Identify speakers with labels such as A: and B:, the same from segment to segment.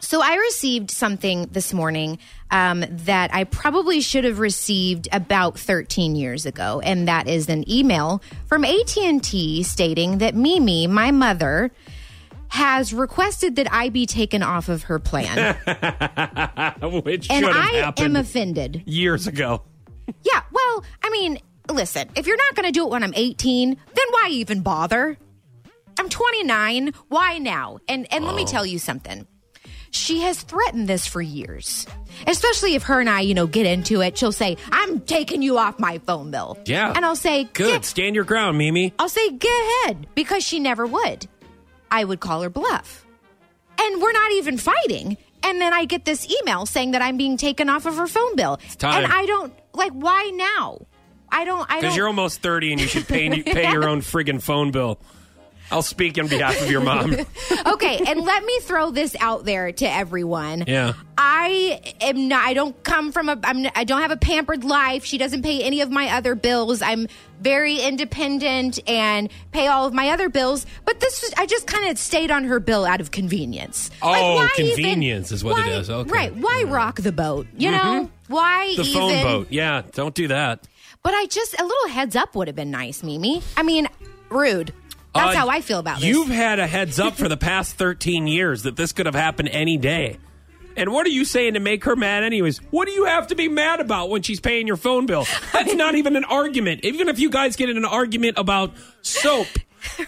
A: So I received something this morning um, that I probably should have received about 13 years ago, and that is an email from AT and T stating that Mimi, my mother, has requested that I be taken off of her plan,
B: Which should
A: and
B: have
A: I am
B: happened
A: offended.
B: years ago.
A: Yeah, well, I mean, listen, if you're not going to do it when I'm 18, then why even bother? I'm 29. Why now? And and let
B: Oh.
A: me tell you something. She has threatened this for years. Especially if her and I, you know, get into it, she'll say, "I'm taking you off my phone bill."
B: Yeah.
A: And I'll say,
B: Good.
A: "Get
B: Stand your ground, Mimi.
A: I'll say, get ahead, because she never would. I would call her bluff. And we're not even fighting. And then I get this email saying that I'm being taken off of her phone bill.
B: time.
A: And I don't, like, why now? I don't, I
B: Because
A: don't.
B: you're almost 30 and you should pay, pay your own friggin' phone bill. I'll speak on behalf of your mom.
A: okay, and let me throw this out there to everyone.
B: Yeah.
A: I am not. I don't come from a. I'm, I don't have a pampered life. She doesn't pay any of my other bills. I'm very independent and pay all of my other bills. But this, was, I just kind of stayed on her bill out of convenience.
B: Oh,
A: why
B: convenience is what it
A: why-
B: is. Okay. Mm-hmm.
A: Right? Why rock the boat? You know why
B: The
A: even?
B: phone boat. Yeah, don't do that.
A: But I just a little heads up would have been nice, Mimi. I mean, rude. That's
B: Uh,
A: how I feel about this.
B: You've had a heads up for the past 13 years that this could have happened any day. And what are you saying to make her mad, anyways? What do you have to be mad about when she's paying your phone bill? That's not even an argument. Even if you guys get in an argument about soap,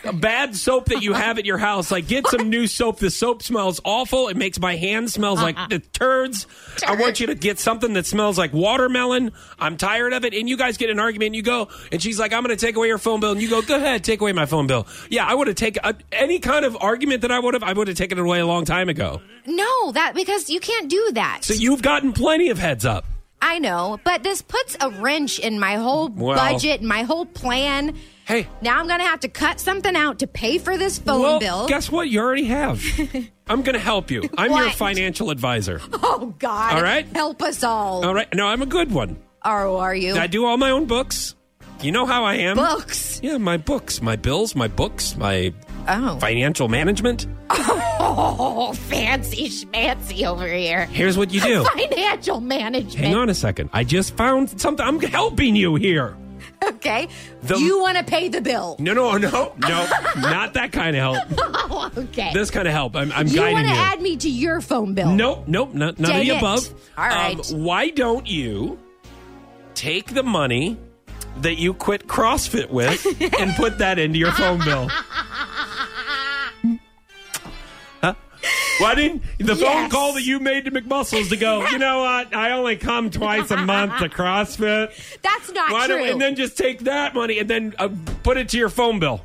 B: a bad soap that you have at your house, like get some new soap. The soap smells awful. It makes my hand smells
A: Uh-uh.
B: like the turds. I want you to get something that smells like watermelon. I'm tired of it. And you guys get in an argument and you go, and she's like, I'm going to take away your phone bill. And you go, go ahead, take away my phone bill. Yeah, I would have taken uh, any kind of argument that I would have, I would have taken it away a long time ago.
A: no, that because you can't do that.
B: So you've gotten plenty of heads up.
A: I know, but this puts a wrench in my whole
B: Well.
A: budget, my whole plan.
B: Hey.
A: Now I'm going to have to cut something out to pay for this phone
B: well,
A: bill.
B: guess what? You already have. I'm going to help you. I'm your
A: What?
B: financial advisor.
A: oh, God.
B: All right. Uh,
A: Help us all.
B: All right. No, I'm a good one.
A: Oh, are you?
B: I do all my own books. You know how I am.
A: Books.
B: Yeah, my books, my bills, my books, my
A: Oh.
B: financial management.
A: Oh, fancy schmancy over here.
B: Here's what you do.
A: Financial management.
B: Hang on a second. I just found something. I'm helping you here.
A: Okay.
B: The-
A: you want to pay the bill.
B: No, no, no, no. not that kind of help.
A: Oh, okay.
B: This kind of help. I'm, I'm
A: you
B: guiding
A: want to
B: you.
A: add me to your phone bill.
B: Nope, nope, no, none of
A: Dang
B: the
A: it.
B: above. Um,
A: All right.
B: why don't you take the money that you quit CrossFit with and put that into your phone bill? Huh? Why didn't the phone
A: Yes.
B: call that you made to McMuscles to go? You know what? I only come twice a month to CrossFit.
A: That's not
B: Why
A: true.
B: don't, and then just take that money and then uh, put it to your phone bill.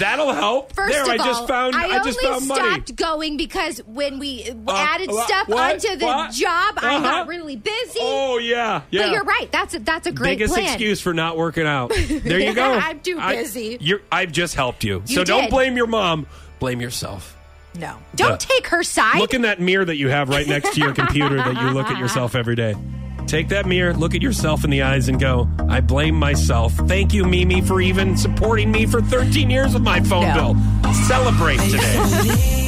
B: That'll help.
A: First
B: there,
A: of
B: I just
A: all,
B: found.
A: I,
B: I,
A: only
B: just found
A: stopped
B: money.
A: going because when we added
B: wha-
A: stuff
B: what?
A: onto the
B: What?
A: job, I
B: Uh-huh.
A: got really busy.
B: Oh yeah, yeah.
A: But you're right. That's a, that's a great
B: biggest
A: plan.
B: excuse for not working out. There you go.
A: I'm too busy.
B: I, you're, I've just helped you. so
A: You
B: don't
A: did.
B: blame your mom. Blame yourself.
A: No, don't
B: Uh,
A: take her side.
B: Look in that mirror that you have right next to your computer that you look at yourself every day. Take that mirror, look at yourself in the eyes, and go, I blame myself. Thank you, Mimi, for even supporting me for 13 years of my phone
A: No.
B: bill. Celebrate today.